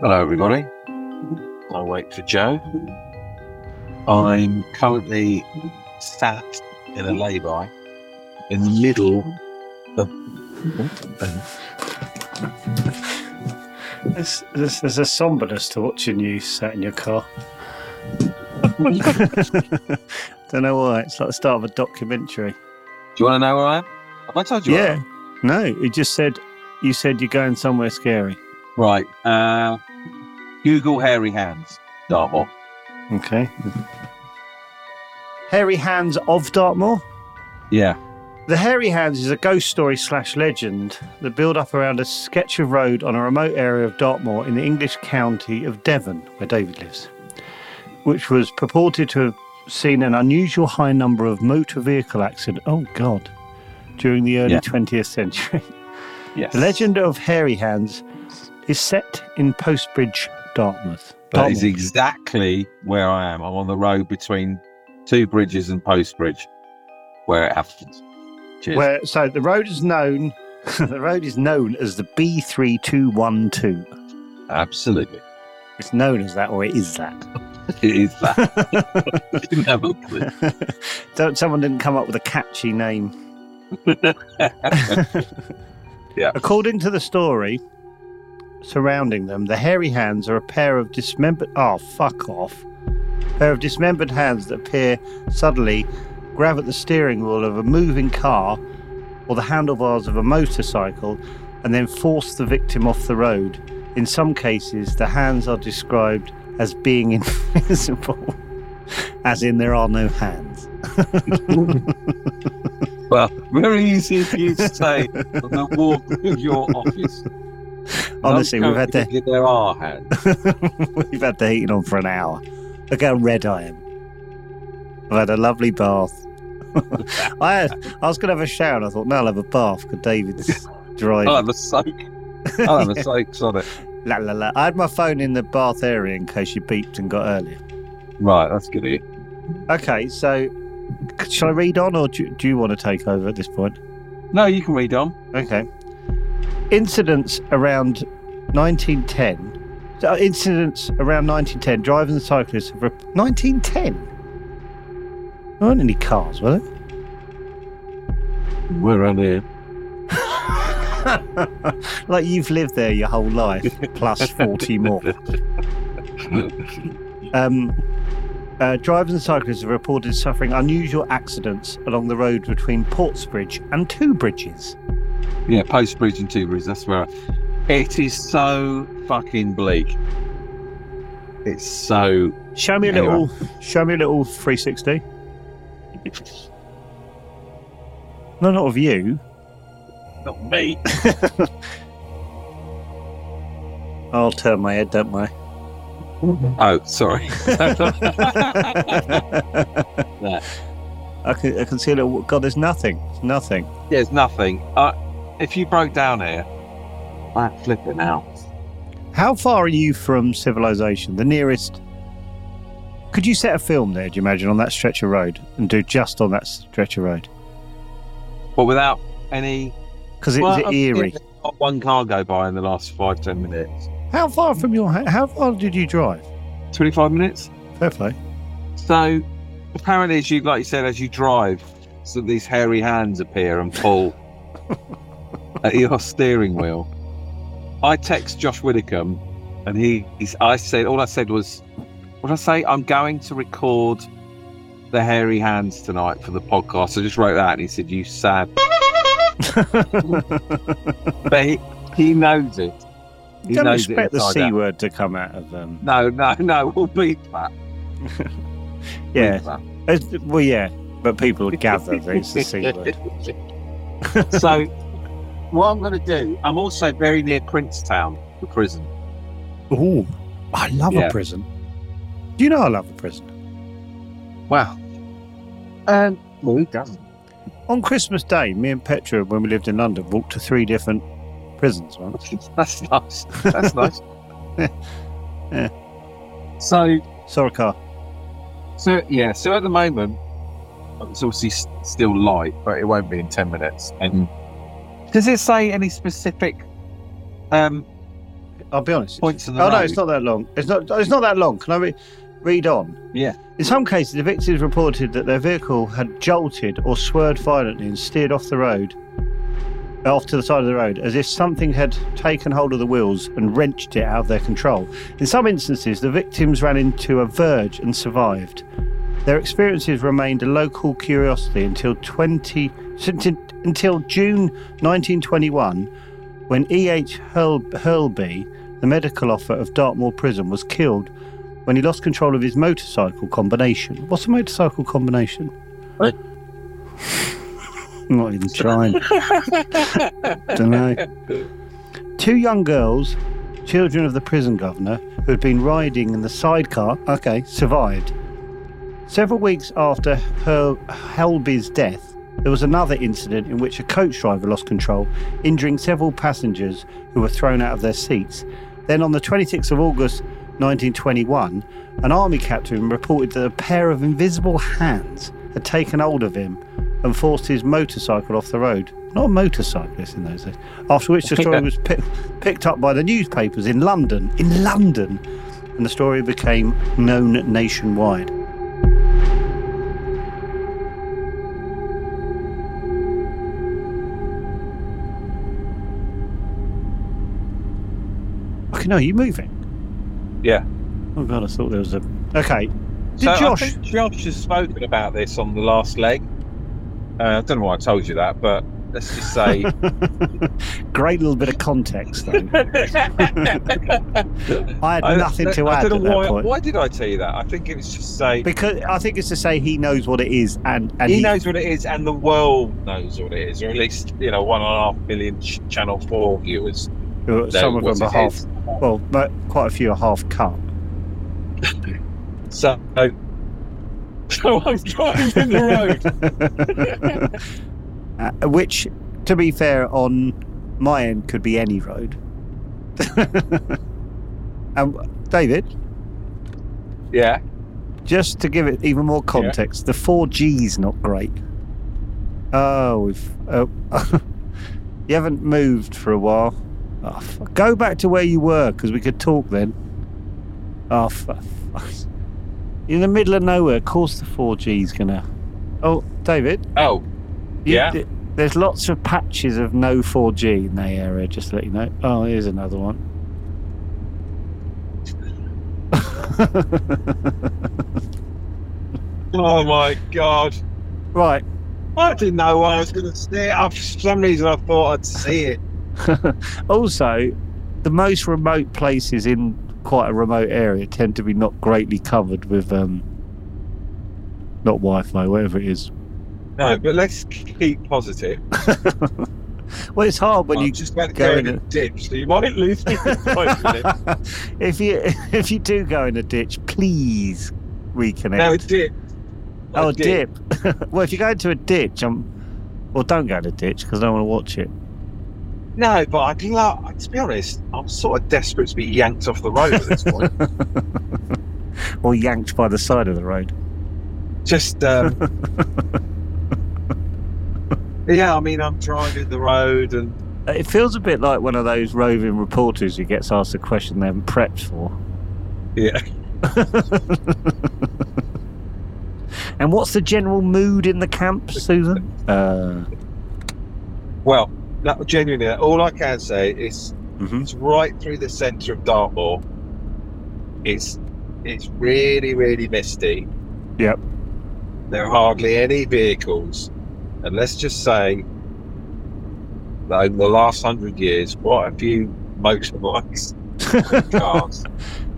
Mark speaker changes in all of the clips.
Speaker 1: Hello, everybody. I wait for Joe. I'm currently sat in a lay-by in the middle of.
Speaker 2: There's, there's, there's a somberness to watching you sat in your car. Don't know why. It's like the start of a documentary.
Speaker 1: Do you want to know where I am? Have I told you? where I
Speaker 2: yeah. No, it just said you said you're going somewhere scary.
Speaker 1: am? Right. Uh, Google hairy hands. Dartmoor.
Speaker 2: Okay. Hairy Hands of Dartmoor.
Speaker 1: Yeah.
Speaker 2: The Hairy Hands is a ghost story slash legend that built up around a sketch of road on a remote area of Dartmoor in the English county of Devon, where David lives, which was purported to have seen an unusual high number of motor vehicle accidents. Oh, God. During the early
Speaker 1: Yeah.
Speaker 2: 20th century.
Speaker 1: Yes.
Speaker 2: The legend of Hairy Hands is set in Postbridge, Dartmouth.
Speaker 1: That is
Speaker 2: Dartmoor.
Speaker 1: exactly where I am. I'm on the road between two bridges and Post Bridge, where it happens. Cheers.
Speaker 2: Where, so the road is known. the road is known as the B3212.
Speaker 1: Absolutely.
Speaker 2: It's known as that, or it is that.
Speaker 1: It is that. I didn't have a clue.
Speaker 2: Don't, someone didn't come up with a catchy name.
Speaker 1: Yeah.
Speaker 2: According to the story surrounding them, the hairy hands are a pair of dismembered. Oh, fuck off. pair of dismembered hands that appear suddenly, grab at the steering wheel of a moving car or the handlebars of a motorcycle, and then force the victim off the road. In some cases, the hands are described as being invisible, as in there are no hands.
Speaker 1: Well, very easy for you to say on the walk through your office.
Speaker 2: Honestly,
Speaker 1: None
Speaker 2: we've had the
Speaker 1: currently There are hands.
Speaker 2: we've had the heating on for an hour. Look how red I am. I've had a lovely bath. I had, I was going to have a shower, and I thought, no, I'll have a bath because David's driving.
Speaker 1: I'll have a soak. I'll have a soaks on it.
Speaker 2: La, la, la. I had my phone in the bath area in case you beeped and got earlier.
Speaker 1: Right, that's good. of you.
Speaker 2: Okay, so c- shall I read on, or do, do you want to take over at this point?
Speaker 1: No, you can read on.
Speaker 2: Okay. Incidents around 1910. uh, Incidents around 1910. Drivers and cyclists have. Rep- 1910. There weren't any cars, were there?
Speaker 1: We're on here.
Speaker 2: like you've lived there your whole life, plus 40 more. Um, uh, drivers and cyclists have reported suffering unusual accidents along the road between Portsbridge and two bridges.
Speaker 1: Yeah, Post Bridge and Two Bridge. That's where. I... It is so fucking bleak. It's so.
Speaker 2: Show me a
Speaker 1: Yeah, you
Speaker 2: little. Show me a little 360. No, not of you.
Speaker 1: Not me.
Speaker 2: I'll turn my head, don't I?
Speaker 1: Oh, sorry.
Speaker 2: I can, I can see a little. God, there's nothing. There's nothing.
Speaker 1: There's nothing. Uh, if you broke down here, I'd flip it now.
Speaker 2: How far are you from civilization? The nearest. Could you set a film there, do you imagine, on that stretch of road and do just on that stretch of road?
Speaker 1: but without any.
Speaker 2: because it
Speaker 1: Well,
Speaker 2: was
Speaker 1: I've-
Speaker 2: eerie.
Speaker 1: Not one car go by in the last five ten minutes.
Speaker 2: How far from your ha- how far did you drive?
Speaker 1: Twenty five minutes.
Speaker 2: Fair play.
Speaker 1: So apparently, as you like you said, as you drive, so these hairy hands appear and pull at your steering wheel. I text Josh Widdicombe, and he, he's, I said all I said was, "What did I say? I'm going to record the hairy hands tonight for the podcast." I just wrote that, and he said, "You sad," but he, he knows it. He
Speaker 2: Don't
Speaker 1: knows it
Speaker 2: expect the
Speaker 1: inside
Speaker 2: c
Speaker 1: out.
Speaker 2: word to come out of um, them.
Speaker 1: No, no, no. We'll beat that. Beat
Speaker 2: Yeah.
Speaker 1: that.
Speaker 2: It's- Well, yeah, but people gather that it's the c word.
Speaker 1: so what I'm going to do, I'm also very near Princetown, the prison.
Speaker 2: Ooh, I love
Speaker 1: Yeah.
Speaker 2: a prison. Do you know I love a prison?
Speaker 1: Wow. And well, who doesn't?
Speaker 2: On Christmas Day, me and Petra, when we lived in London, walked to three different prisons once.
Speaker 1: That's nice. That's nice.
Speaker 2: Yeah.
Speaker 1: So,
Speaker 2: Saw a car.
Speaker 1: so yeah. So at the moment, it's obviously s- still light, but it won't be in ten minutes. And does it say any specific um,
Speaker 2: I'll be honest.
Speaker 1: points of the
Speaker 2: Oh no,
Speaker 1: road?
Speaker 2: it's not that long. It's not. It's not that long. Can I re- read on?
Speaker 1: Yeah.
Speaker 2: In some cases, the victims reported that their vehicle had jolted or swerved violently and steered off the road, off to the side of the road, as if something had taken hold of the wheels and wrenched it out of their control. In some instances, the victims ran into a verge and survived. Their experiences remained a local curiosity until 20, until June 1921, when E.H. Hurl, Hurlby, the medical officer of Dartmoor Prison, was killed when he lost control of his motorcycle combination. What's a motorcycle combination?
Speaker 1: What?
Speaker 2: I'm not even trying. Don't know. Two young girls, children of the prison governor, who had been riding in the sidecar, okay, survived. Several weeks after her Helby's death, there was another incident in which a coach driver lost control, injuring several passengers who were thrown out of their seats. Then on the 26th of August 1921, an army captain reported that a pair of invisible hands had taken hold of him and forced his motorcycle off the road. Not a motorcyclist in those days. After which the story was pi- picked up by the newspapers in London, in London, and the story became known nationwide. Okay, no, are you moving?
Speaker 1: Yeah.
Speaker 2: Oh god, I thought there was a. Okay, did
Speaker 1: So
Speaker 2: Josh?
Speaker 1: I think Josh has spoken about this on the last leg. Uh, I don't know why I told you that, but let's just say
Speaker 2: Great little bit of context, though. I had nothing to
Speaker 1: I
Speaker 2: add at
Speaker 1: don't know
Speaker 2: that
Speaker 1: why,
Speaker 2: point
Speaker 1: why did I tell you that? I think it was just say
Speaker 2: because I think it's to say he knows what it is, and and
Speaker 1: he
Speaker 2: he-
Speaker 1: knows what it is, and the world knows what it is, or at least you know one and a half million ch- Channel Four viewers.
Speaker 2: uh,
Speaker 1: know
Speaker 2: some of
Speaker 1: what
Speaker 2: them are
Speaker 1: it
Speaker 2: half.
Speaker 1: is.
Speaker 2: Well, but quite a few are half cut.
Speaker 1: So, so I'm driving the road.
Speaker 2: Uh, which, to be fair, on my end could be any road. and David,
Speaker 1: yeah,
Speaker 2: just to give it even more context, the four G's not great. Oh, we've oh, you haven't moved for a while. Oh, fuck. Go back to where you were because we could talk then. Oh, fuck. in the middle of nowhere. Of course, the four G's gonna. Oh, David.
Speaker 1: oh,
Speaker 2: You-
Speaker 1: Yeah.
Speaker 2: th- there's lots of patches of no 4G in that area, just to let you know. Oh, here's another one.
Speaker 1: oh my God!
Speaker 2: right.
Speaker 1: I didn't know why I was going to see it. I, for some reason, I thought I'd see it.
Speaker 2: also, the most remote places in quite a remote area tend to be not greatly covered with, um, not Wi Fi, whatever it is.
Speaker 1: No, but let's keep positive.
Speaker 2: Well, it's hard when
Speaker 1: I'm
Speaker 2: you.
Speaker 1: just about to
Speaker 2: go
Speaker 1: go
Speaker 2: in
Speaker 1: in a dip, so you might lose me. for five minutes.
Speaker 2: if you if you do go in a ditch, please reconnect.
Speaker 1: no, a dip.
Speaker 2: Oh, a
Speaker 1: dip.
Speaker 2: dip. well, if you go into a ditch, um, well, don't go in a ditch because I want to watch it.
Speaker 1: No, but I'd love. To be honest, I'm sort of desperate to be yanked off the road at this point.
Speaker 2: Or yanked by the
Speaker 1: um,
Speaker 2: side of the road.
Speaker 1: Just um, Yeah, I mean, I'm driving the road and
Speaker 2: Uh, It feels a bit like one of those roving reporters who gets asked a question they haven't prepped for.
Speaker 1: yeah.
Speaker 2: And what's the general mood in the camp, Susan? Uh,
Speaker 1: Well, that, genuinely, all I can say is
Speaker 2: Mhm.
Speaker 1: it's right through the centre of Dartmoor. It's it's really really misty.
Speaker 2: Yep.
Speaker 1: There are hardly any vehicles, and let's just say that in the last hundred years, quite a few motorbikes and cars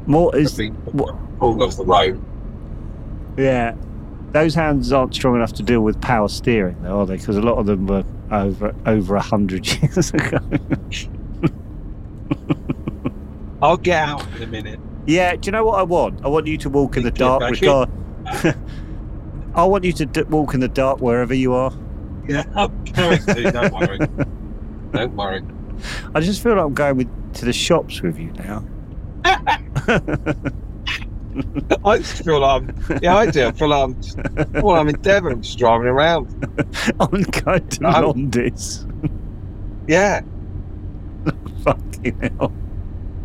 Speaker 2: more
Speaker 1: have
Speaker 2: is
Speaker 1: been
Speaker 2: what-
Speaker 1: pulled off the road.
Speaker 2: yeah. Those hands aren't strong enough to deal with power steering, though, are they? Because a lot of them were over over a hundred years ago.
Speaker 1: I'll get out in a minute.
Speaker 2: Yeah, do you know what I want? I want you to walk in the
Speaker 1: Get
Speaker 2: dark.
Speaker 1: back
Speaker 2: Regard- I want you to d- walk in the dark wherever you are.
Speaker 1: Yeah, I'm going to. Don't worry. Don't worry.
Speaker 2: I just feel like I'm going with, to the shops with you now.
Speaker 1: I just feel like I'm, yeah, I do. I feel like I'm, just- well, I'm in Devon, I'm just driving around.
Speaker 2: I'm going to
Speaker 1: No.
Speaker 2: Londis.
Speaker 1: Yeah,
Speaker 2: Fucking hell.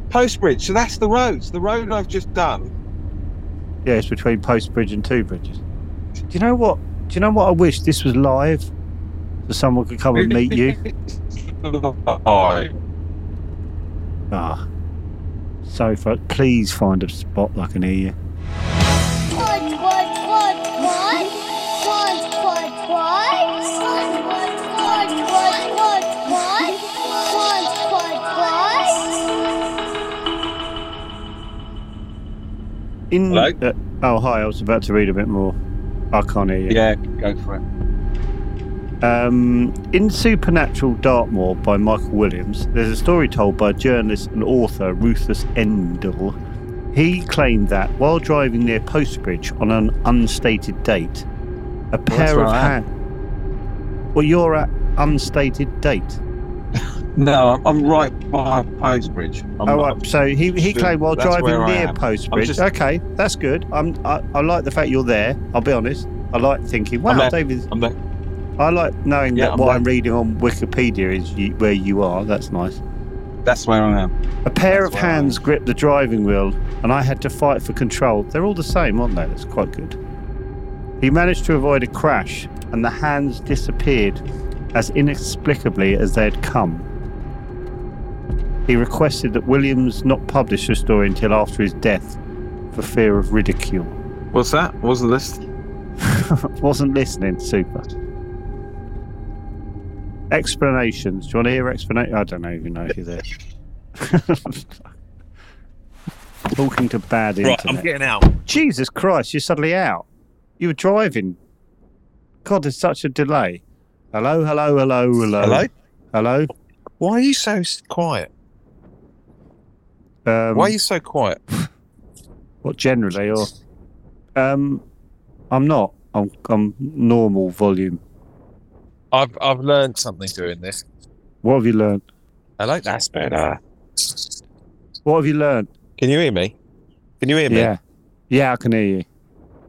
Speaker 1: Post Bridge. So that's the road. It's the road I've just done.
Speaker 2: Yeah, it's between Post Bridge and Two Bridges. Do you know what? Do you know what I wish this was live, so someone could come and meet you.
Speaker 1: Oh,
Speaker 2: Ah, so fu- please find a spot I can hear you.
Speaker 3: Quad, quad, quad, quad. Quad, quad, quad. Quad, quad, quad, quad, quad, quad. Quad, quad, quad.
Speaker 2: In
Speaker 1: Hello?
Speaker 2: uh, oh hi, I was about to read a bit more. I can't hear you.
Speaker 1: yeah, go for it.
Speaker 2: Um, in Supernatural Dartmoor by Michael Williams, there's a story told by journalist and author Rufus Endell. He claimed that while driving near Postbridge on an unstated date, a pair
Speaker 1: where
Speaker 2: of
Speaker 1: I am.
Speaker 2: hands. Well, you're at unstated date.
Speaker 1: No, I'm, I'm right by Post Bridge. I'm
Speaker 2: oh,
Speaker 1: not-
Speaker 2: right. So he, he
Speaker 1: Sure,
Speaker 2: claimed while
Speaker 1: that's where
Speaker 2: driving
Speaker 1: I
Speaker 2: near
Speaker 1: am.
Speaker 2: Postbridge.
Speaker 1: just-
Speaker 2: Okay, that's good. I'm, I, I like the fact you're there. I'll be honest. I like thinking, wow,
Speaker 1: there.
Speaker 2: David's
Speaker 1: I'm there.
Speaker 2: I like knowing
Speaker 1: Yeah,
Speaker 2: that
Speaker 1: I'm
Speaker 2: what
Speaker 1: glad-
Speaker 2: I'm reading on Wikipedia is you, where you are. That's nice.
Speaker 1: That's where I am.
Speaker 2: A pair
Speaker 1: That's
Speaker 2: of
Speaker 1: where I
Speaker 2: hands gripped the driving wheel, and I had to fight for control. They're all the same, aren't they? That's quite good. He managed to avoid a crash, and the hands disappeared as inexplicably as they had come. He requested that Williams not publish the story until after his death for fear of ridicule.
Speaker 1: What's that? What's the list?
Speaker 2: Wasn't listening, super. Explanations. Do you want to hear explanation? I don't even know if you're there. Talking to bad
Speaker 4: Right,
Speaker 2: internet.
Speaker 4: I'm getting out.
Speaker 2: Jesus Christ, you're suddenly out. You were driving. God, there's such a delay. Hello, hello, hello, hello.
Speaker 4: Hello?
Speaker 2: Hello.
Speaker 4: Why are you so s- quiet?
Speaker 2: Um,
Speaker 4: Why are you so quiet?
Speaker 2: What generally or? Um, I'm not. I'm, I'm normal volume.
Speaker 4: I've I've learned something doing this.
Speaker 2: What have you learned?
Speaker 4: Hello, that's better.
Speaker 2: What have you learned?
Speaker 4: Can you hear me? Can you hear me?
Speaker 2: Yeah. Yeah, I can hear you.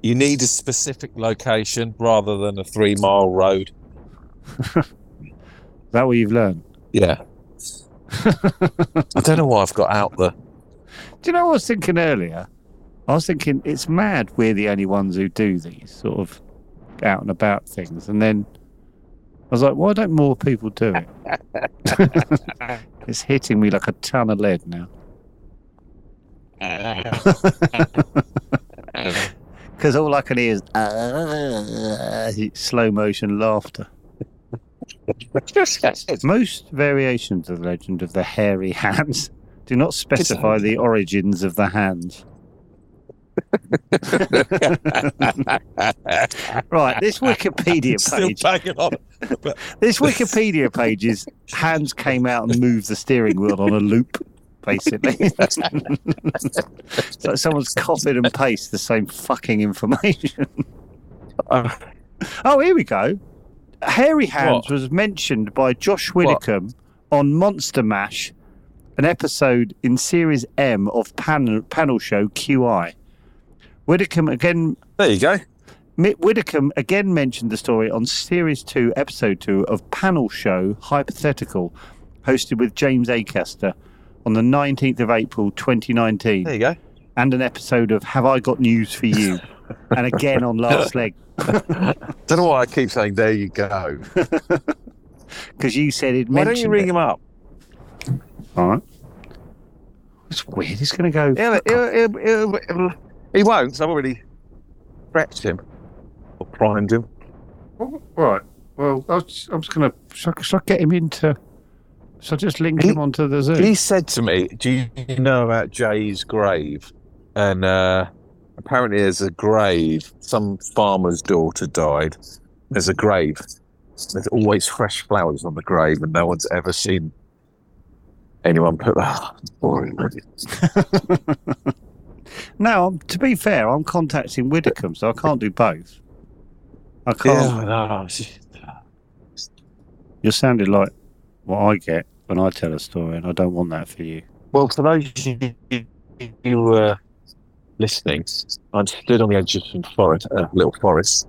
Speaker 4: You need a specific location rather than a three mile road.
Speaker 2: Is that what you've learned?
Speaker 4: Yeah. I don't know why I've got out the.
Speaker 2: Do you know what I was thinking earlier? I was thinking it's mad we're the only ones who do these sort of out and about things. And then I was like, why don't more people do it? it's hitting me like a ton of lead now. Because all I can hear is "Ah," slow motion laughter. Most variations of the legend of the hairy hands do not specify the origins of the hands. Right, this Wikipedia
Speaker 4: Still
Speaker 2: page.
Speaker 4: banging on.
Speaker 2: This Wikipedia page is hands came out and moved the steering wheel on a loop, basically. so someone's copied and pasted the same fucking information. oh, here we go. Hairy Hands was mentioned by Josh Widdicombe on Monster Mash, an episode in Series M of panel, panel show QI. Widdicombe again
Speaker 4: There you go.
Speaker 2: Mitt Widdicombe again mentioned the story on Series 2, Episode 2 of panel show Hypothetical, hosted with James Acaster on the 19th of April 2019,
Speaker 5: There you go.
Speaker 2: and an episode of Have I Got News for You? and again on Last Leg,
Speaker 6: Don't know why I keep saying there you go.
Speaker 2: because you said he'd
Speaker 6: Why don't you
Speaker 2: mentioned
Speaker 6: ring
Speaker 2: it.
Speaker 6: him up?
Speaker 2: All right. It's weird. It's going to go.
Speaker 6: He'll, he'll, he'll, he'll, he'll, he won't, 'cause I've already prepped him or primed him.
Speaker 2: Right. Well, I was, I'm just going to. Shall, I- shall I get him into. Shall I just link
Speaker 6: He-
Speaker 2: him onto the Zoom?
Speaker 6: He said to me, "Do you know about Jay's grave?" And uh, apparently, there's a grave. Some farmer's daughter died. There's a grave. There's always fresh flowers on the grave, and no one's ever seen anyone put that. boring.
Speaker 2: No, I'm, to be fair, I'm contacting Widdicombe, so I can't do both. I can't.
Speaker 6: Yeah, no,
Speaker 2: You're sounding like what I get when I tell a story, and I don't want that for you.
Speaker 6: Well, for those of you who were listening, I'm stood on the edge of some forest, a little forest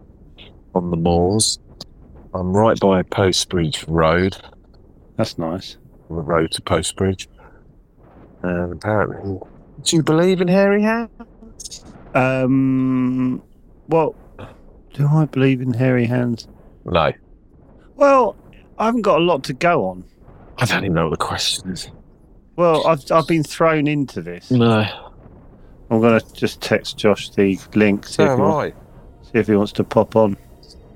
Speaker 6: on the moors. I'm right by Postbridge Road,
Speaker 2: That's nice.
Speaker 6: the road to Postbridge. And apparently, do you believe in hairy hands?
Speaker 2: Um, well, do I believe in hairy hands?
Speaker 6: No,
Speaker 2: Well, I haven't got a lot to go on.
Speaker 6: I don't even know what the question is.
Speaker 2: Well, I've I've been thrown into this.
Speaker 6: No,
Speaker 2: I'm gonna just text Josh the link see,
Speaker 6: so
Speaker 2: if, he
Speaker 6: am
Speaker 2: wants,
Speaker 6: I.
Speaker 2: see if he wants to pop on.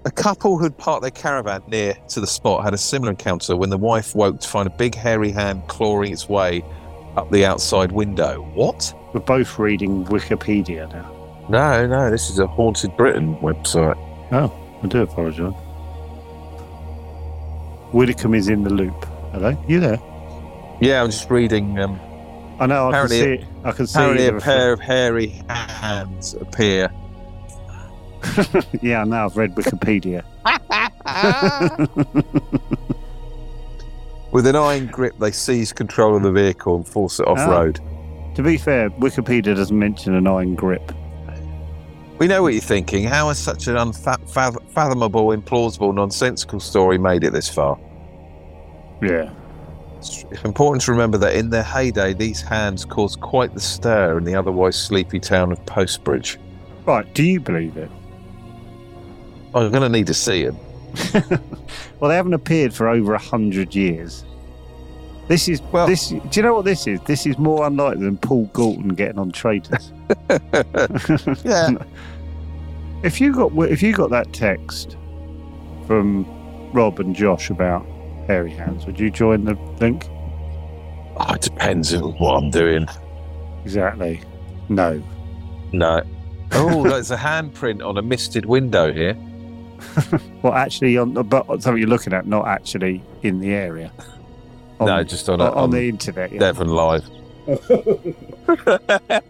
Speaker 1: A couple who'd parked their caravan near to the spot had a similar encounter when the wife woke to find a big hairy hand clawing its way up the outside window. What?
Speaker 2: We're both reading Wikipedia now.
Speaker 6: No, no, this is a Haunted Britain website.
Speaker 2: I do apologise. Widdicombe is in the loop. Hello, you there?
Speaker 1: Yeah, I'm just reading. Um,
Speaker 2: I know. I
Speaker 1: Apparently-
Speaker 2: can see it. I can see
Speaker 1: apparently,
Speaker 2: it.
Speaker 1: a pair of hairy hands appear.
Speaker 2: Yeah, now I've read Wikipedia.
Speaker 1: With an iron grip, they seize control of the vehicle and force it off
Speaker 6: Ah.
Speaker 1: road.
Speaker 2: To be fair, Wikipedia doesn't mention an iron grip.
Speaker 1: We know what you're thinking. How has such an unfathomable, implausible, nonsensical story made it this far?
Speaker 2: Yeah.
Speaker 1: It's important to remember that in their heyday, these hands caused quite the stir in the otherwise sleepy town of Postbridge.
Speaker 2: Right, do you believe it?
Speaker 1: I'm going to need to see them.
Speaker 2: Well, they haven't appeared for over a hundred years. This is well. This do you know what this is? This is more unlikely than Paul Galton getting on traitors.
Speaker 1: Yeah.
Speaker 2: If you got if you got that text from Rob and Josh about hairy hands, would you join the link?
Speaker 6: Oh, it depends on what I'm doing.
Speaker 2: Exactly. No.
Speaker 1: No. Oh, there's a handprint on a misted window here.
Speaker 2: Well, actually, on uh, but something you're looking at, not actually in the area. On,
Speaker 1: no, just on, a,
Speaker 2: on,
Speaker 1: on,
Speaker 2: the internet. Yeah.
Speaker 1: Devon Live. yeah,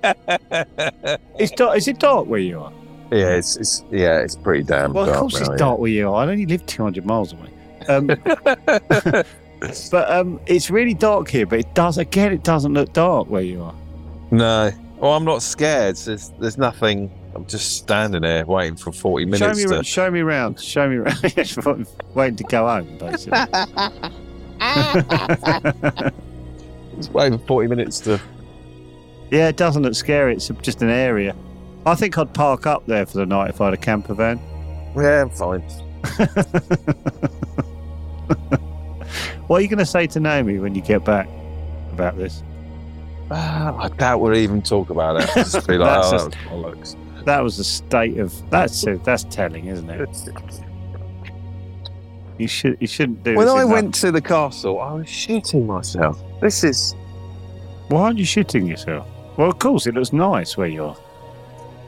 Speaker 2: It's dark. Is it dark where you are?
Speaker 1: it's, it's yeah, it's pretty damn
Speaker 2: Well,
Speaker 1: dark.
Speaker 2: of course it's
Speaker 1: now, yeah.
Speaker 2: dark where you are. I only live 200 miles away. Um, but um, it's really dark here. But it does again. It doesn't look dark where you are.
Speaker 1: No. Well, I'm not scared. There's, there's nothing. I'm just standing there waiting for 40 minutes.
Speaker 2: show me,
Speaker 1: to,
Speaker 2: ra- show me round. Show me round. Waiting to go home, basically.
Speaker 1: Just waiting for 40 minutes to.
Speaker 2: yeah, it doesn't look scary. It's just an area. I think I'd park up there for the night if I had a camper van.
Speaker 1: Yeah, I'm fine.
Speaker 2: What are you going to say to Naomi when you get back about this?
Speaker 1: Ah, I doubt we'll even talk about it. I'll Just be like,
Speaker 2: That's
Speaker 1: oh,
Speaker 2: just-
Speaker 1: that was
Speaker 2: That was a state of that's that's telling, isn't it?
Speaker 1: bollocks.
Speaker 2: You should you shouldn't do.
Speaker 1: When
Speaker 2: this
Speaker 1: I
Speaker 2: in that-
Speaker 1: went to the castle, I was shitting myself. This is.
Speaker 2: Why aren't you shitting yourself? Well, of course, it looks nice where you are.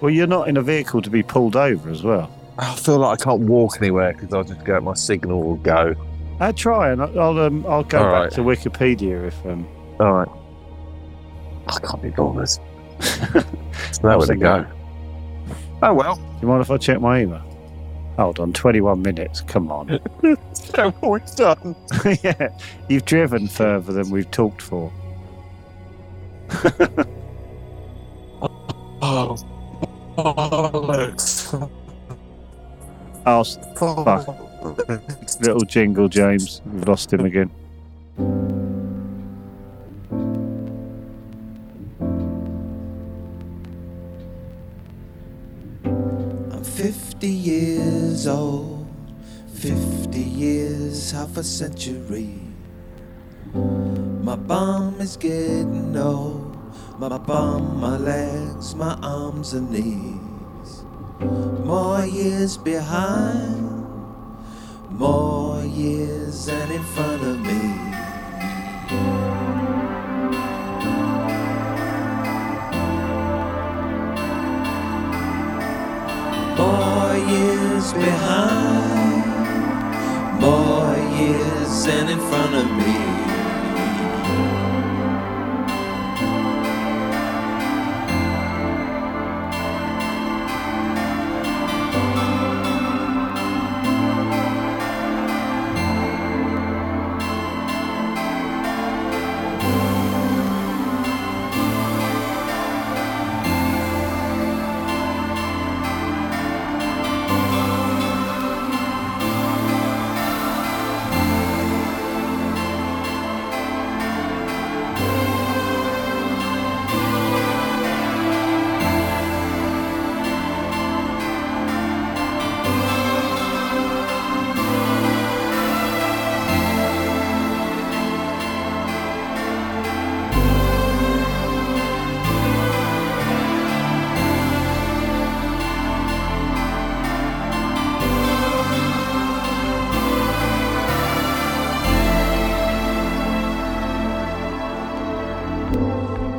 Speaker 2: Well, you're not in a vehicle to be pulled over as well.
Speaker 1: I feel like I can't walk anywhere because I'll just go. My signal will go.
Speaker 2: I'll try and I'll um, I'll go
Speaker 1: All
Speaker 2: back
Speaker 1: right.
Speaker 2: to Wikipedia if um.
Speaker 1: All right. I can't be bothered. It's
Speaker 2: I
Speaker 1: nowhere
Speaker 2: was
Speaker 1: to go. Oh well.
Speaker 2: Do you mind if I check my email? Hold on, 21 minutes. Come on.
Speaker 1: So we're done.
Speaker 2: yeah, you've driven further than we've talked for.
Speaker 1: Oh, bollocks.
Speaker 2: Oh, s- little jingle, James. We've lost him again.
Speaker 7: I'm 50 years old, 50 years, half a century. My bum is getting old, my bum, my legs, my arms and knees. More years behind, more years than in front of me. More years behind, more years than in front of me.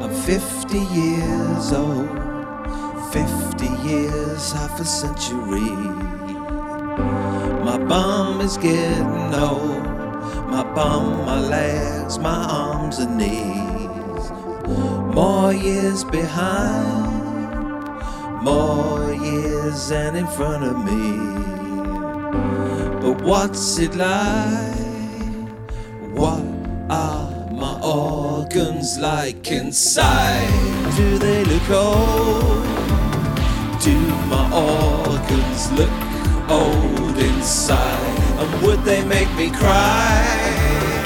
Speaker 7: I'm 50 years old, 50 years, half a century. My bum is getting old, my bum, my legs, my arms and knees. More years behind, more years than in front of me. But what's it like? What are my organs like inside? Do they look old? Do my organs look old inside? And would they make me cry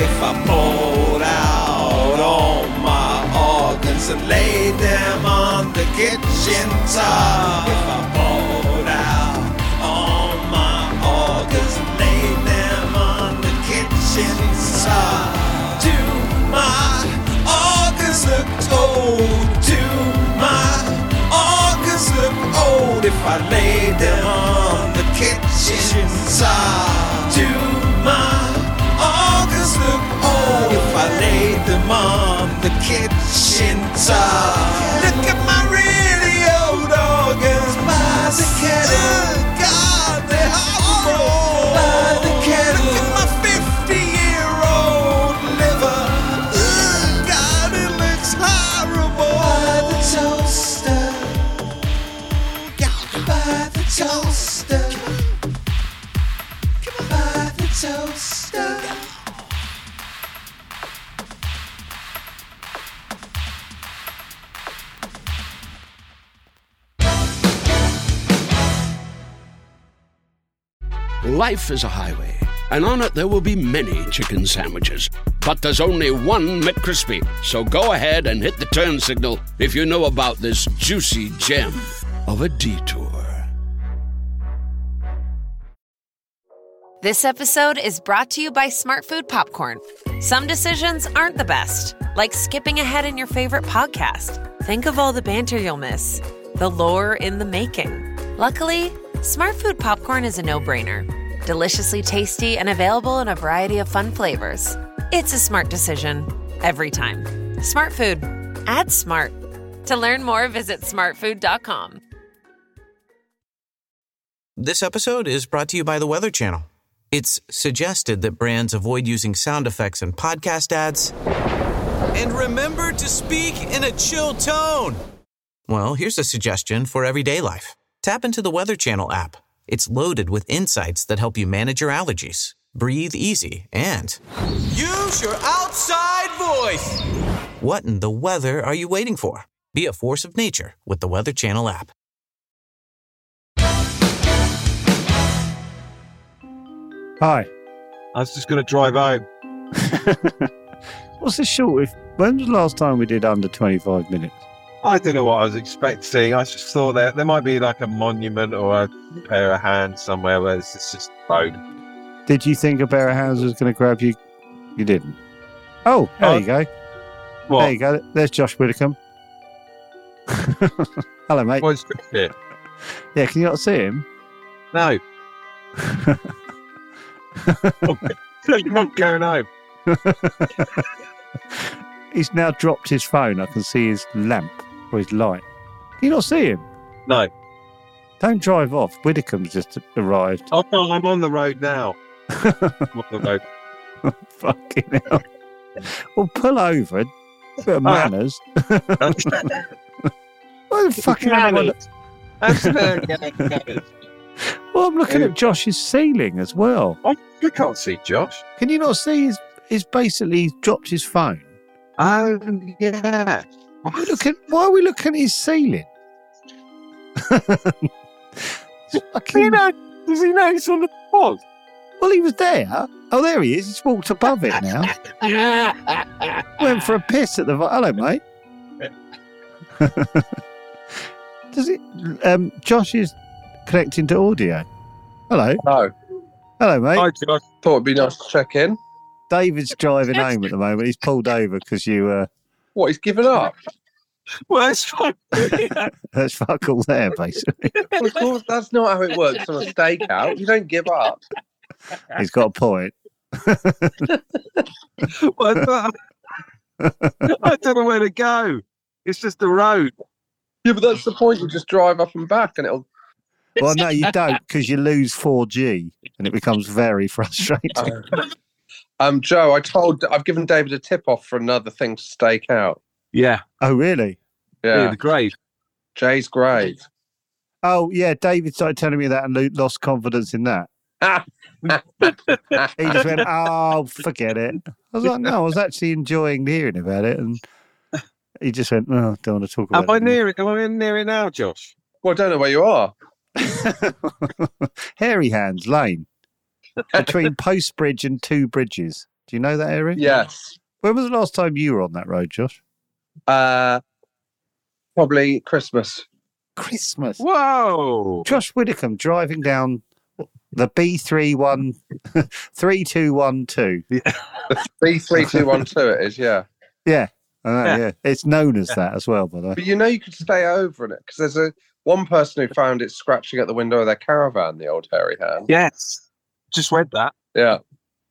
Speaker 7: if I poured out all my organs and laid them on the kitchen tub? If I poured out all my organs and laid them on the kitchen tub, do my organs look old? Do my organs look old if I lay them on the kitchen side? Do my organs look old if I lay them on the kitchen side? Look at my really old organs by the kettle. God, they're horrible by the kettle. Look at my 50-year-old liver. Ugh, God, it looks horrible by the toaster. By the toaster. By the toaster.
Speaker 8: Life is a highway, and on it there will be many chicken sandwiches. But there's only one McCrispy. So go ahead and hit the turn signal if you know about this juicy gem of a detour.
Speaker 9: This episode is brought to you by Smart Food Popcorn. Some decisions aren't the best, like skipping ahead in your favorite podcast. Think of all the banter you'll miss, the lore in the making. Luckily, Smart Food Popcorn is a no brainer. Deliciously tasty and available in a variety of fun flavors. It's a smart decision every time. Smart Food. Add smart. To learn more, visit smartfood.com.
Speaker 7: This episode is brought to you by the Weather Channel. It's suggested that brands avoid using sound effects in podcast ads. And remember to speak in a chill tone. Well, here's a suggestion for everyday life tap into the Weather Channel app. It's loaded with insights that help you manage your allergies, breathe easy, and use your outside voice. What in the weather are you waiting for? Be a force of nature with the Weather Channel app.
Speaker 2: Hi.
Speaker 1: I was just going to drive out.
Speaker 2: What's the short? If when was the last time we did under twenty-five minutes?
Speaker 1: I don't know what I was expecting. I just thought that there might be like a monument or a pair of hands somewhere where it's it's just road.
Speaker 2: Did you think a pair of hands was going to grab you? You didn't. Oh, there
Speaker 1: Oh,
Speaker 2: you go.
Speaker 1: What?
Speaker 2: There you go. There's Josh Whitcomb. Hello, mate.
Speaker 1: What's it?
Speaker 2: Yeah, can you not see him?
Speaker 1: No. Look, I'm going home.
Speaker 2: He's now dropped his phone. I can see his lamp or his light. Can you not see him?
Speaker 1: No.
Speaker 2: Don't drive off. Whitcomb's just arrived.
Speaker 1: Oh, no, I'm on the road now. I'm on the road.
Speaker 2: Fucking hell. well, pull over. Bit of manners. Why the fucking everyone?
Speaker 1: That's fair. game.
Speaker 2: Well, I'm looking at Josh's ceiling as well.
Speaker 1: Oh, I can't see Josh.
Speaker 2: Can you not see? He's, he's basically he's dropped his phone.
Speaker 1: Oh, yeah.
Speaker 2: We're looking, why are we looking at his ceiling? It's fucking-
Speaker 1: Does he know he's on the pod?
Speaker 2: well, he was there. Oh, there he is. He's walked above it now. Went for a piss at the. vi- Hello, mate. Does it? Um, Josh is connecting to audio. Hello.
Speaker 10: No.
Speaker 2: Hello, mate.
Speaker 10: Hi, Josh. Thought it'd be nice to check in.
Speaker 2: David's driving home at the moment. He's pulled over because you. Uh,
Speaker 10: What, he's given up?
Speaker 1: Well, it's fine.
Speaker 2: that's fuck all there, basically.
Speaker 10: Well, of course, that's not how it works on a stakeout. You don't give up.
Speaker 2: He's got a point.
Speaker 1: Well, I don't know where to go. It's just the road.
Speaker 10: Yeah, but that's the point. You just drive up and back, and it'll.
Speaker 2: Well, no, you don't because you lose 4G and it becomes very frustrating.
Speaker 10: Um, Joe, I told I've given David a tip off for another thing to stake out.
Speaker 1: Yeah,
Speaker 2: oh, really?
Speaker 10: Yeah,
Speaker 1: the grave.
Speaker 10: Jay's great.
Speaker 2: Oh, yeah. David started telling me that and lo- lost confidence in that. He just went, oh, forget it. I was like, no, I was actually enjoying hearing about it. And he just went, oh, don't want to talk about
Speaker 1: Am I
Speaker 2: it. anymore."
Speaker 1: near it? Am I near it now, Josh?
Speaker 10: well, I don't know where you are.
Speaker 2: Hairy Hands Lane between Post Bridge and Two Bridges. Do you know that area?
Speaker 10: Yes.
Speaker 2: When was the last time you were on that road, Josh?
Speaker 10: Uh, probably Christmas.
Speaker 2: Christmas.
Speaker 1: Whoa!
Speaker 2: Josh Widdicombe driving down the B three one three two one two.
Speaker 10: B three two one two. It is. Yeah,
Speaker 2: I know, yeah.
Speaker 1: Yeah.
Speaker 2: it's known as that as well, by the way.
Speaker 10: but you know you could stay over in it because there's a one person who found it scratching at the window of their caravan. The old hairy hand.
Speaker 1: Yes, just read that.
Speaker 10: Yeah.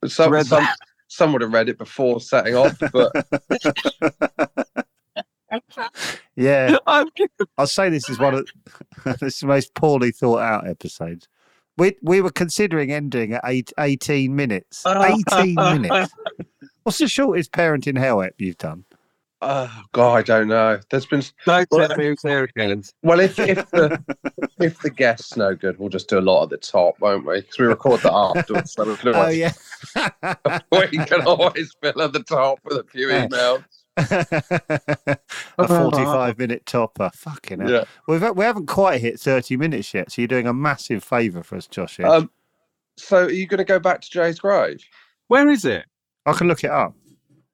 Speaker 10: But Some,
Speaker 1: Read
Speaker 10: some, some would have read it before setting off, but
Speaker 2: Yeah,
Speaker 1: I'm
Speaker 2: I'll say this is one of this is the most poorly thought out episodes. We we were considering ending at eight, 18 minutes. Eighteen minutes. What's the shortest parenting hell app you've done?
Speaker 10: oh god, I don't know. There's been
Speaker 1: Don't
Speaker 10: Well,
Speaker 1: tell me who's there again.
Speaker 10: Well, if if the if the guest's no good, we'll just do a lot at the top, won't we? Because we record that afterwards. So we'll do
Speaker 2: Oh
Speaker 10: it.
Speaker 2: yeah.
Speaker 10: We can always fill at the top with a few
Speaker 2: Yeah.
Speaker 10: emails.
Speaker 2: a 45 minute topper. Fucking hell.
Speaker 10: Yeah.
Speaker 2: We've, we haven't quite hit 30 minutes yet, so you're doing a massive favour for us, Josh. here.
Speaker 10: Um, so, are you going to go back to Jay's grave?
Speaker 1: Where is it?
Speaker 2: I can look it up.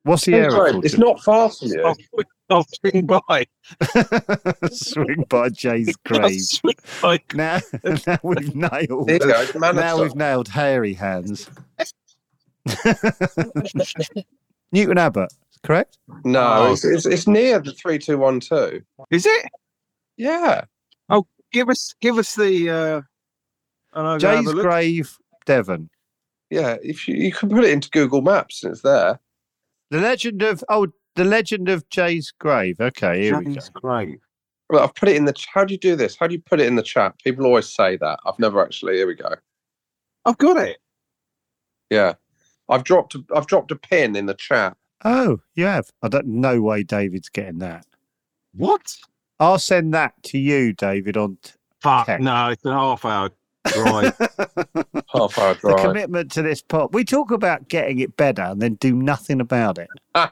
Speaker 2: What's the area?
Speaker 10: Jay's grave.
Speaker 2: called,
Speaker 10: It's not far from you.
Speaker 1: I'll, I'll swing by.
Speaker 2: Josh? Swing by Jay's
Speaker 1: I'll
Speaker 2: grave.
Speaker 1: swing by.
Speaker 2: Now, now we've nailed.
Speaker 10: There you go. It's
Speaker 2: Now
Speaker 10: Manasar.
Speaker 2: we've nailed hairy hands. Newton Abbott, correct?
Speaker 10: No, it's, it's it's near the three two one two.
Speaker 1: Is it?
Speaker 10: Yeah,
Speaker 1: Give us, give us the. Uh, and I'll go have
Speaker 2: Jay's
Speaker 1: a look.
Speaker 2: grave, Devon.
Speaker 10: yeah. If you, you can put it into Google Maps and it's there.
Speaker 2: The legend of oh, the legend of Jay's grave. Okay, here we go.
Speaker 1: Jay's grave.
Speaker 10: Well, I've put it in the. ch- How do you do this? How do you put it in the chat? People always say that. I've never actually. Oh, Here we go.
Speaker 1: I've got it.
Speaker 10: Yeah, I've dropped. A, I've dropped a pin in the chat.
Speaker 2: Oh, you have. I don't. No way, David's getting that.
Speaker 1: What?
Speaker 2: I'll send that to you, David. On t-
Speaker 1: Fuck!
Speaker 2: Tech.
Speaker 1: No, it's a half hour drive.
Speaker 10: Half hour
Speaker 2: the
Speaker 10: drive.
Speaker 2: commitment to this pot. We talk about getting it better and then do nothing about it.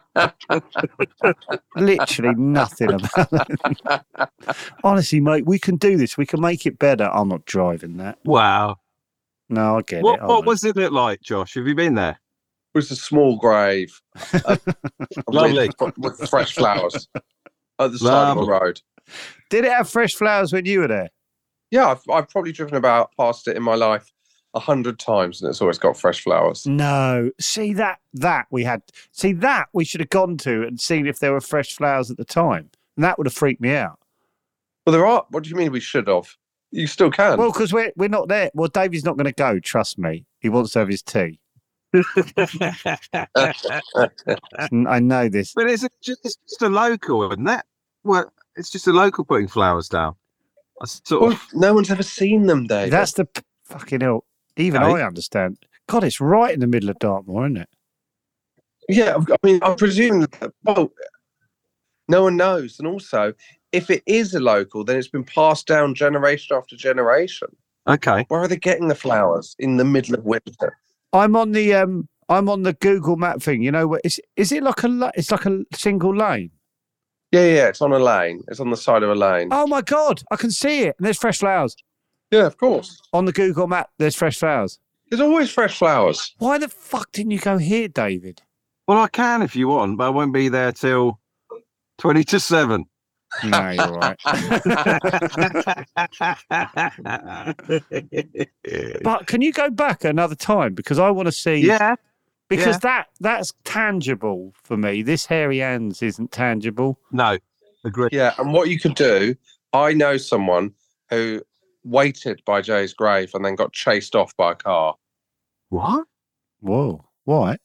Speaker 2: Literally nothing about it. Honestly, mate, we can do this. We can make it better. I'm not driving that.
Speaker 1: wow.
Speaker 2: No, I get
Speaker 1: What
Speaker 2: it. I
Speaker 1: what
Speaker 2: won't.
Speaker 1: was it look like, Josh? Have you been there?
Speaker 10: It was a small grave. uh,
Speaker 1: Lovely.
Speaker 10: With, with fresh flowers at the side of the road.
Speaker 2: Did it have fresh flowers when you were there?
Speaker 10: Yeah, I've, I've probably driven about past it in my life a hundred times and it's always got fresh flowers.
Speaker 2: No. See that that we had. See that we should have gone to and seen if there were fresh flowers at the time. And that would have freaked me out.
Speaker 10: Well, there are. What do you mean we should have? You still can.
Speaker 2: Well, because we're we're not there. Well, Davey's not going to go. Trust me. He wants to have his tea. N- I know this.
Speaker 1: But it's a, ju- it's just a local, isn't it? Well, it's just a local putting flowers down. I sort
Speaker 10: Well,
Speaker 1: of.
Speaker 10: no one's ever seen them, Dave.
Speaker 2: That's the p- fucking hell. Even
Speaker 1: Hey.
Speaker 2: I understand. God, it's right in the middle of Dartmoor, isn't it?
Speaker 10: Yeah, I mean, I presume that, well, no one knows. And also, if it is a local, then it's been passed down generation after generation.
Speaker 1: Okay.
Speaker 10: Where are they getting the flowers in the middle of winter?
Speaker 2: I'm on the um. I'm on the Google Map thing. You know where is is it like a la- it's like a single lane?
Speaker 10: Yeah, yeah, it's on a lane. It's on the side of a lane.
Speaker 2: Oh my god, I can see it. And there's fresh flowers
Speaker 10: Yeah, of course.
Speaker 2: on the Google Map. There's fresh flowers.
Speaker 10: There's always fresh flowers.
Speaker 2: Why the fuck didn't you go here, David?
Speaker 1: Well, I can if you want, but I won't be there till twenty to seven.
Speaker 2: No, you're right. But can you go back another time because I want to see?
Speaker 1: yeah.
Speaker 2: because
Speaker 1: yeah.
Speaker 2: that that's tangible for me. This hairy hands isn't tangible.
Speaker 1: No. Agree.
Speaker 10: Yeah, and what you could do, I know someone who waited by Jay's grave and then got chased off by a car.
Speaker 1: What?
Speaker 2: Whoa, what?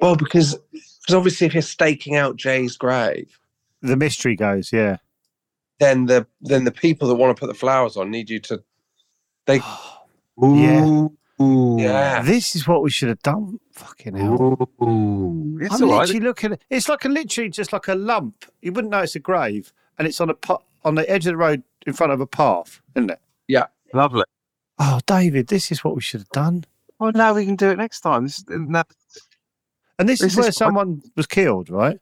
Speaker 10: Well, because because obviously, if you're staking out Jay's grave,
Speaker 2: The mystery goes, yeah.
Speaker 10: then the then the people that want to put the flowers on need you to.
Speaker 2: Yeah.
Speaker 1: Ooh.
Speaker 10: Yeah.
Speaker 2: This is what we should have done. Fucking hell.
Speaker 1: Ooh. It's
Speaker 2: I'm
Speaker 1: all right.
Speaker 2: literally looking. It's like a literally just like a lump. You wouldn't know it's a grave, and it's on a pa- on the edge of the road in front of a path, isn't it?
Speaker 1: Lovely.
Speaker 2: Oh, David, this is what we should have done.
Speaker 1: Well, now we can do it next time. This, uh, no,
Speaker 2: And this,
Speaker 1: This
Speaker 2: is where
Speaker 1: is quite-
Speaker 2: someone was killed, right?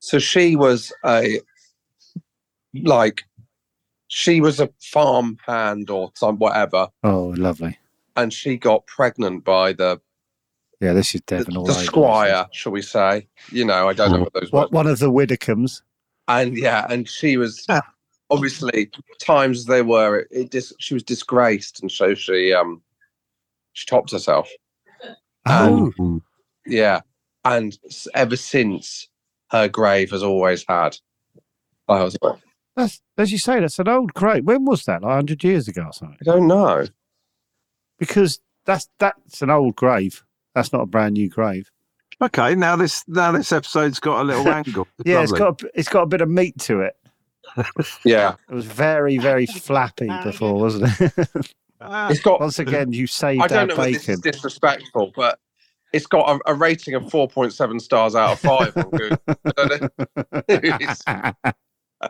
Speaker 10: So she was a like she was a farm hand or some whatever,
Speaker 2: Oh, lovely.
Speaker 10: and she got pregnant by the
Speaker 2: Yeah, this is
Speaker 10: the,
Speaker 2: Devon all
Speaker 10: the
Speaker 2: over.
Speaker 10: squire, shall we say? You know, I don't know what those
Speaker 2: What
Speaker 10: words.
Speaker 2: one of the Widdicombe's?
Speaker 10: And yeah, and she was
Speaker 1: Yeah.
Speaker 10: obviously times they were it, it dis, she was disgraced, and so she um she topped herself.
Speaker 2: Oh,
Speaker 10: Yeah, and s- ever since her grave has always had. I was like,
Speaker 2: that's as you say. That's an old grave. When was that? Like hundred years ago or something?
Speaker 10: I don't know.
Speaker 2: Because that's that's an old grave. That's not a brand new grave.
Speaker 1: okay. Now this now this episode's got a little angle.
Speaker 2: Yeah,
Speaker 1: Lovely.
Speaker 2: it's got a, it's got a bit of meat to it.
Speaker 10: Yeah.
Speaker 2: It was very very flappy before, wasn't it?
Speaker 1: Ah,
Speaker 10: It's got.
Speaker 2: Once again, you saved
Speaker 10: I don't
Speaker 2: our
Speaker 10: know if this
Speaker 2: bacon.
Speaker 10: is disrespectful, but it's got a, a rating of four point seven stars out of five. on Google. I don't know. It's-
Speaker 2: Do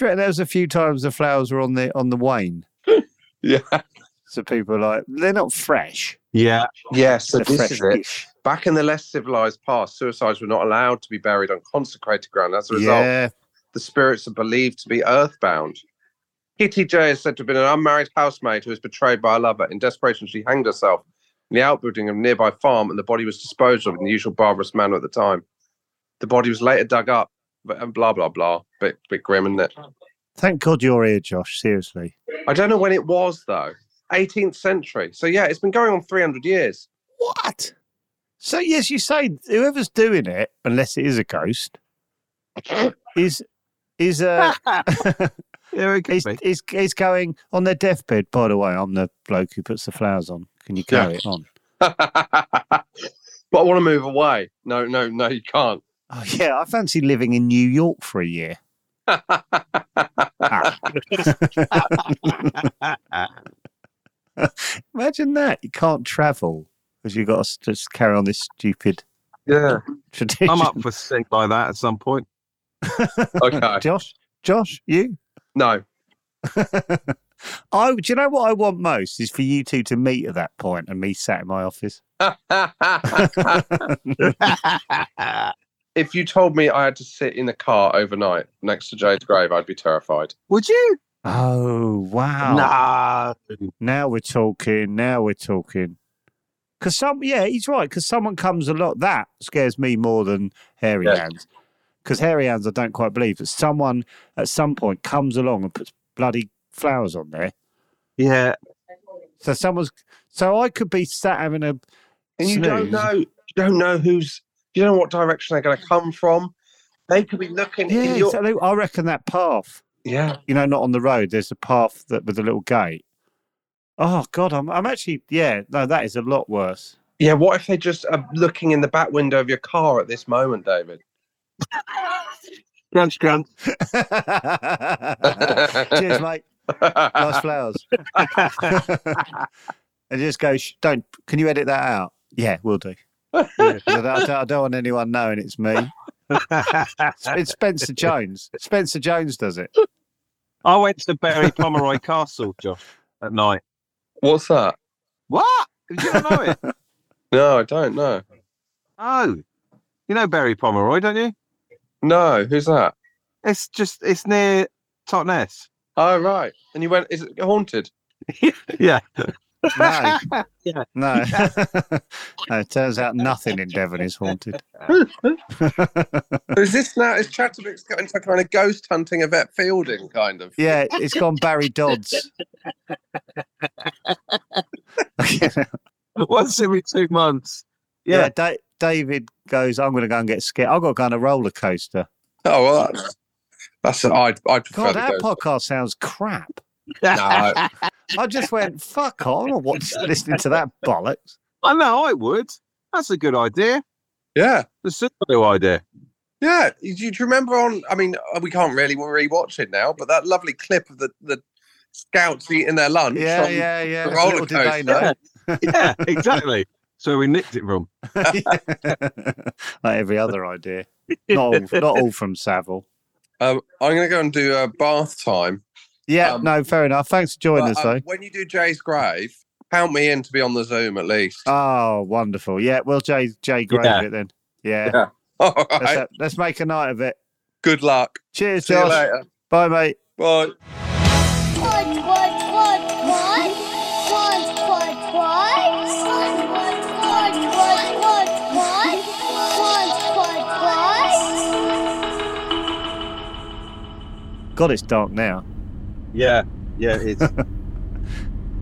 Speaker 2: you reckon there was a few times the flowers were on the on the wane.
Speaker 10: Yeah.
Speaker 2: So people are like they're not fresh.
Speaker 1: yeah.
Speaker 10: yeah, so
Speaker 2: they're
Speaker 10: this is it.
Speaker 2: fresh-ish.
Speaker 10: Back in the less civilized past, suicides were not allowed to be buried on consecrated ground. As a result,
Speaker 2: Yeah.
Speaker 10: the spirits are believed to be earthbound. Kitty J is said to have been an unmarried housemaid who was betrayed by a lover. In desperation, she hanged herself in the outbuilding of a nearby farm, and the body was disposed of in the usual barbarous manner at the time. The body was later dug up, but, and blah blah blah. Bit bit grim, isn't it?
Speaker 2: Thank God you're here, Josh. Seriously.
Speaker 10: I don't know when it was though. 18th century. So yeah, it's been going on 300 years.
Speaker 2: What? So yes, you say whoever's doing it, unless it is a ghost, is is uh
Speaker 1: Yeah, it could
Speaker 2: is,
Speaker 1: be.
Speaker 2: is is going on their deathbed. By the way, I'm the bloke who puts the flowers on. Can you carry it on?
Speaker 10: but I want to move away. No, no, no, you can't.
Speaker 2: Oh yeah, I fancy living in New York for a year. Ah. Imagine that. You can't travel because you've got to s- just carry on this stupid
Speaker 10: Yeah.
Speaker 2: tradition.
Speaker 1: I'm up for something like that at some point.
Speaker 10: Okay.
Speaker 2: Josh, Josh, you?
Speaker 10: No.
Speaker 2: I, do you know what I want most is for you two to meet at that point and me sat in my office.
Speaker 10: if you told me I had to sit in a car overnight next to Jade's grave, I'd be terrified.
Speaker 1: Would you?
Speaker 2: Oh, wow.
Speaker 6: No.
Speaker 2: Now we're talking. Now we're talking. Because some, yeah, he's right. Because someone comes a lot. That scares me more than hairy
Speaker 6: Yeah.
Speaker 2: hands. Because hairy hands, I don't quite believe. But someone at some point comes along and puts bloody flowers on there.
Speaker 1: Yeah,
Speaker 2: So someone's. So I could be sat having a.
Speaker 10: and you don't
Speaker 2: snooze.
Speaker 10: know you don't know who's you don't know what direction they're going to come from they could be looking
Speaker 2: Yeah,
Speaker 10: in your,
Speaker 2: exactly. I reckon that path.
Speaker 10: yeah
Speaker 2: You know, not on the road. There's a path that with a little gate. Oh God, I'm. I'm actually. Yeah, no, that is a lot worse.
Speaker 10: yeah what if they just are looking in the back window of your car at this moment david
Speaker 6: Grunch, grunch.
Speaker 2: Cheers, mate. Nice flowers. and just go, "Shh, don't, can you edit that out? Yeah, we'll do. Yeah, 'cause I, don't, I don't- I don't want anyone knowing it's me. It's Spencer Jones. Spencer Jones does it.
Speaker 1: I went to Barry Pomeroy Castle, Josh, at night.
Speaker 10: what's that
Speaker 1: What? Did you not know it?
Speaker 10: no i don't know
Speaker 1: Oh, you know Barry Pomeroy, don't you?
Speaker 10: no who's that
Speaker 1: It's just it's near Totnes.
Speaker 10: oh right and you went is it haunted
Speaker 1: Yeah,
Speaker 2: No.
Speaker 1: Yeah.
Speaker 2: No. no. It turns out nothing in Devon is haunted.
Speaker 10: is this now is chatterbox got into kind of ghost hunting of at fielding kind of
Speaker 2: Yeah, it's gone Barry Dodds. yeah,
Speaker 6: Once every two months.
Speaker 2: Da- David goes, I'm going to go and get scared. I've got to go on a roller coaster.
Speaker 10: oh well that's, that's i'd, I'd prefer
Speaker 2: God,
Speaker 10: the
Speaker 2: that
Speaker 10: ghost.
Speaker 2: podcast sounds crap.
Speaker 10: no,
Speaker 2: I just went, fuck off. I'm not watching, listening to that bollocks.
Speaker 1: I know. I would. That's a good idea.
Speaker 10: yeah
Speaker 1: The superhero idea.
Speaker 10: Yeah, you- do you remember on? I mean, uh, we can't really rewatch it now, but that lovely clip of the the scouts eating their lunch.
Speaker 2: Yeah,
Speaker 10: on-
Speaker 2: yeah, yeah.
Speaker 10: the roller
Speaker 2: Little did they
Speaker 10: coaster.
Speaker 1: Yeah, exactly. so we nicked it from.
Speaker 2: know. like every other idea. Not all, not all from Savile.
Speaker 10: Um, I'm going to go and do a bath time.
Speaker 2: Yeah,
Speaker 10: Um,
Speaker 2: no, fair enough. Thanks for joining
Speaker 10: But,
Speaker 2: us,
Speaker 10: uh,
Speaker 2: though.
Speaker 10: when you do Jay's grave, count me in to be on the Zoom at least.
Speaker 2: Oh, wonderful. Yeah, well, Jay, Jay, grave
Speaker 6: Yeah.
Speaker 2: it then. Yeah.
Speaker 10: Yeah. All
Speaker 2: Let's,
Speaker 10: right.
Speaker 2: ha- let's make a night of it.
Speaker 10: Good luck.
Speaker 2: Cheers,
Speaker 10: See you
Speaker 2: Josh.
Speaker 10: later.
Speaker 2: Bye, mate.
Speaker 10: Bye.
Speaker 3: Quads, quads, quads, quads. Quads, quads, quads. Quads, quads, quads, quads, quads. Quads, quads, quads.
Speaker 2: God, it's dark now.
Speaker 6: Yeah. Yeah.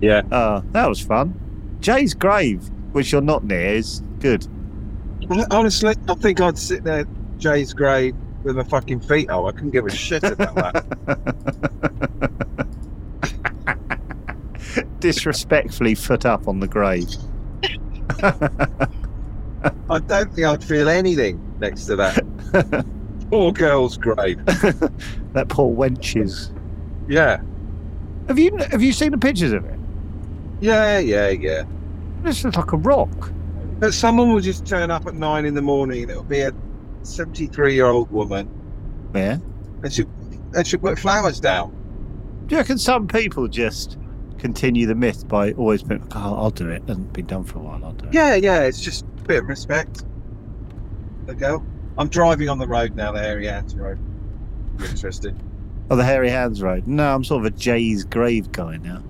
Speaker 6: It's
Speaker 2: Oh, that was fun. Jay's grave, which you're not near, is good.
Speaker 6: honestly, I think I'd sit there, Jay's grave, with my fucking feet up. I couldn't give a shit about that.
Speaker 2: Disrespectfully foot up on the grave.
Speaker 6: I don't think I'd feel anything next to that. Poor girl's grave.
Speaker 2: that poor wenches.
Speaker 6: Yeah.
Speaker 2: Have you have you seen the pictures of it?
Speaker 6: Yeah. Yeah. Yeah.
Speaker 2: This looks like a rock.
Speaker 6: But someone will just turn up at nine in the morning and it'll be a 73 year old woman
Speaker 2: Yeah.
Speaker 6: and she and she put flowers down.
Speaker 2: Do you reckon some people just continue the myth by always being, "Oh, I'll do it and been done for a while, I'll do it.
Speaker 6: Yeah, yeah, it's just a bit of respect. There you go. I'm driving on the road now, the Hairy Ants Road. Interesting.
Speaker 2: Oh, the Hairy Hands Road. No, I'm sort of a Jay's grave guy now.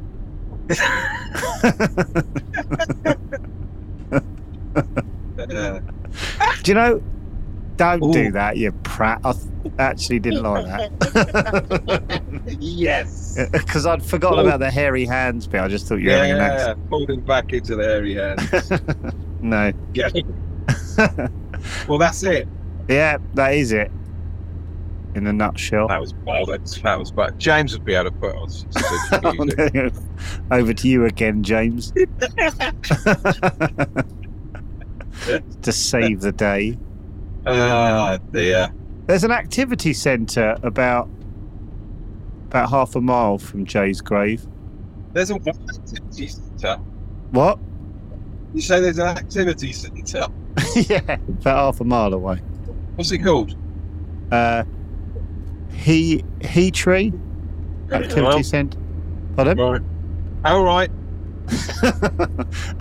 Speaker 6: Uh,
Speaker 2: Do you know? Don't do
Speaker 6: Ooh.
Speaker 2: that, you prat. I th- actually didn't like that.
Speaker 6: yes.
Speaker 2: Because I'd forgotten about the hairy hands bit. I just thought you were
Speaker 6: Yeah,
Speaker 2: having an
Speaker 6: yeah,
Speaker 2: accent.
Speaker 6: yeah. Falling back into the Hairy Ants.
Speaker 2: No.
Speaker 6: yeah. Well, that's it.
Speaker 2: yeah, that is it. In a nutshell.
Speaker 6: That was wild. That was bad. James would be able to put on some good
Speaker 2: Oh,
Speaker 6: music.
Speaker 2: Over to you again, James. to save the day.
Speaker 6: Ah, dear.
Speaker 2: There's an activity centre about about half a mile from Jay's grave.
Speaker 6: There's an activity centre.
Speaker 2: What?
Speaker 6: You say there's an activity centre.
Speaker 2: yeah, about half a mile away.
Speaker 6: What's it called?
Speaker 2: Uh, he he tree activity
Speaker 6: Well,
Speaker 2: centre. Pardon?
Speaker 6: Right. All right.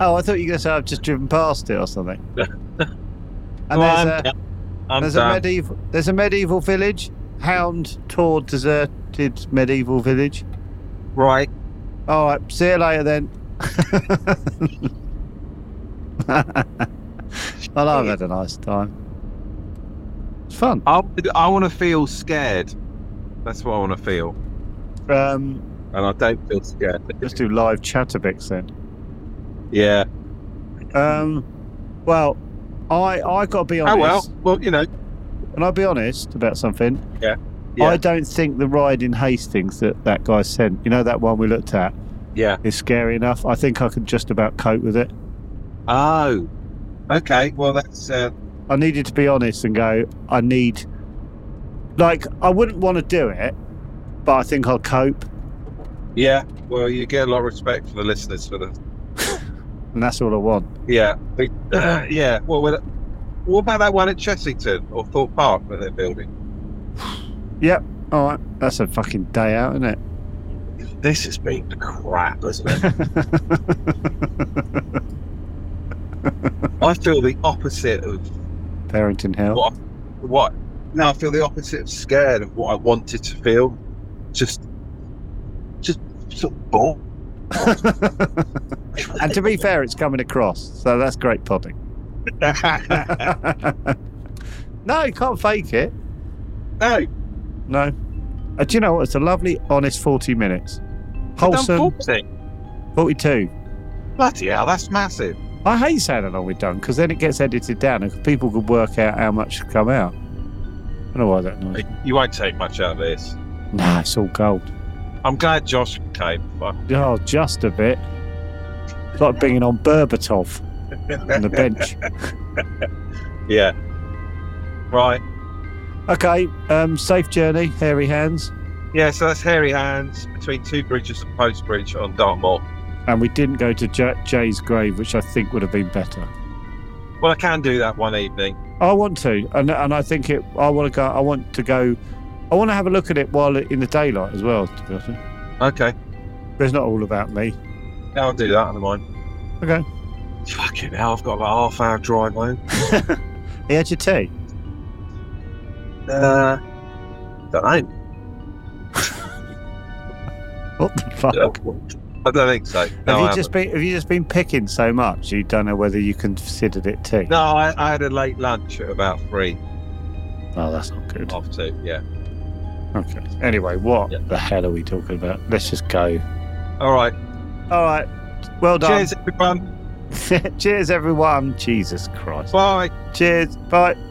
Speaker 2: oh, I thought you were going to say I've just driven past it or something. and
Speaker 6: Well,
Speaker 2: there's
Speaker 6: I'm
Speaker 2: a,
Speaker 6: done. I'm
Speaker 2: there's a
Speaker 6: done.
Speaker 2: medieval there's a medieval village, hound tore deserted medieval village.
Speaker 1: Right.
Speaker 2: All right, see you later then. well, I've had a nice time. It's fun.
Speaker 1: I, I want to feel scared. That's what I want to feel.
Speaker 2: Um,
Speaker 1: And I don't feel scared.
Speaker 2: let's do live chatterbox then.
Speaker 1: Yeah.
Speaker 2: Um, well, I I got to be honest.
Speaker 6: Oh well, well you know,
Speaker 2: Can I be honest about something?
Speaker 6: Yeah. Yeah.
Speaker 2: I don't think the ride in Hastings that that guy sent, you know, that one we looked at,
Speaker 6: yeah.
Speaker 2: is scary enough. I think I could just about cope with it.
Speaker 1: Oh. Okay. Well, that's. Uh,
Speaker 2: I needed to be honest and go, I need, like, I wouldn't want to do it, but I think I'll cope.
Speaker 6: Yeah,
Speaker 1: well, you get a lot of respect for the listeners for the.
Speaker 2: And that's all I want.
Speaker 6: yeah,
Speaker 1: Big- yeah. Well, with, what about that one at Chessington or Thorpe Park that they're building?
Speaker 2: All right. That's a fucking day out, isn't it?
Speaker 6: This has been crap, isn't it?
Speaker 1: I feel the opposite of
Speaker 2: Barrington Hill.
Speaker 1: what? What? No, I feel the opposite of scared of what I wanted to feel. Just, just sort of bored.
Speaker 2: and to be fair, it's coming across. So that's great podding. no, you can't fake it.
Speaker 1: No,
Speaker 2: No. Uh, do you know what? It's a lovely, honest 40 minutes. Wholesome.
Speaker 1: Something.
Speaker 2: 42.
Speaker 1: Bloody hell, that's massive.
Speaker 2: I hate saying how long we've done because then it gets edited down and people could work out how much has come out. I don't know why that noise.
Speaker 6: you won't take much out of this.
Speaker 2: Nah, it's all gold.
Speaker 6: I'm glad Josh came. Fuck.
Speaker 2: Oh, just a bit. It's like bringing on Berbatov on the bench.
Speaker 6: Yeah. Right.
Speaker 2: Okay, um, safe journey, hairy hands.
Speaker 6: Yeah, so that's Hairy Hands between two bridges and Post Bridge on Dartmoor.
Speaker 2: And we didn't go to Ja- Jay's grave, which I think would have been better.
Speaker 6: Well, I can do that one evening.
Speaker 2: I want to, and and I think it. I want to go. I want to go. I want to have a look at it while in the daylight as well. To be honest,
Speaker 6: Okay,
Speaker 2: but it's not all about me.
Speaker 6: yeah, I'll do that. I don't mind.
Speaker 2: Okay.
Speaker 6: Fucking hell, I've got about a half hour drive home.
Speaker 2: You had your tea.
Speaker 6: Uh, don't know.
Speaker 2: What the fuck?
Speaker 6: I don't think so.
Speaker 2: have you
Speaker 6: No, I haven't.
Speaker 2: just been? Have you just been picking so much? You don't know whether you considered it tea.
Speaker 6: No, I, I had a late lunch at about three,
Speaker 2: Oh, that's not good.
Speaker 6: half two. Yeah.
Speaker 2: Okay. Anyway, what
Speaker 6: Yeah.
Speaker 2: the hell are we talking about? Let's just go.
Speaker 6: All right.
Speaker 2: All right. Well done.
Speaker 6: Cheers, everyone.
Speaker 2: Cheers everyone. Jesus Christ.
Speaker 6: Bye.
Speaker 2: Cheers. Bye.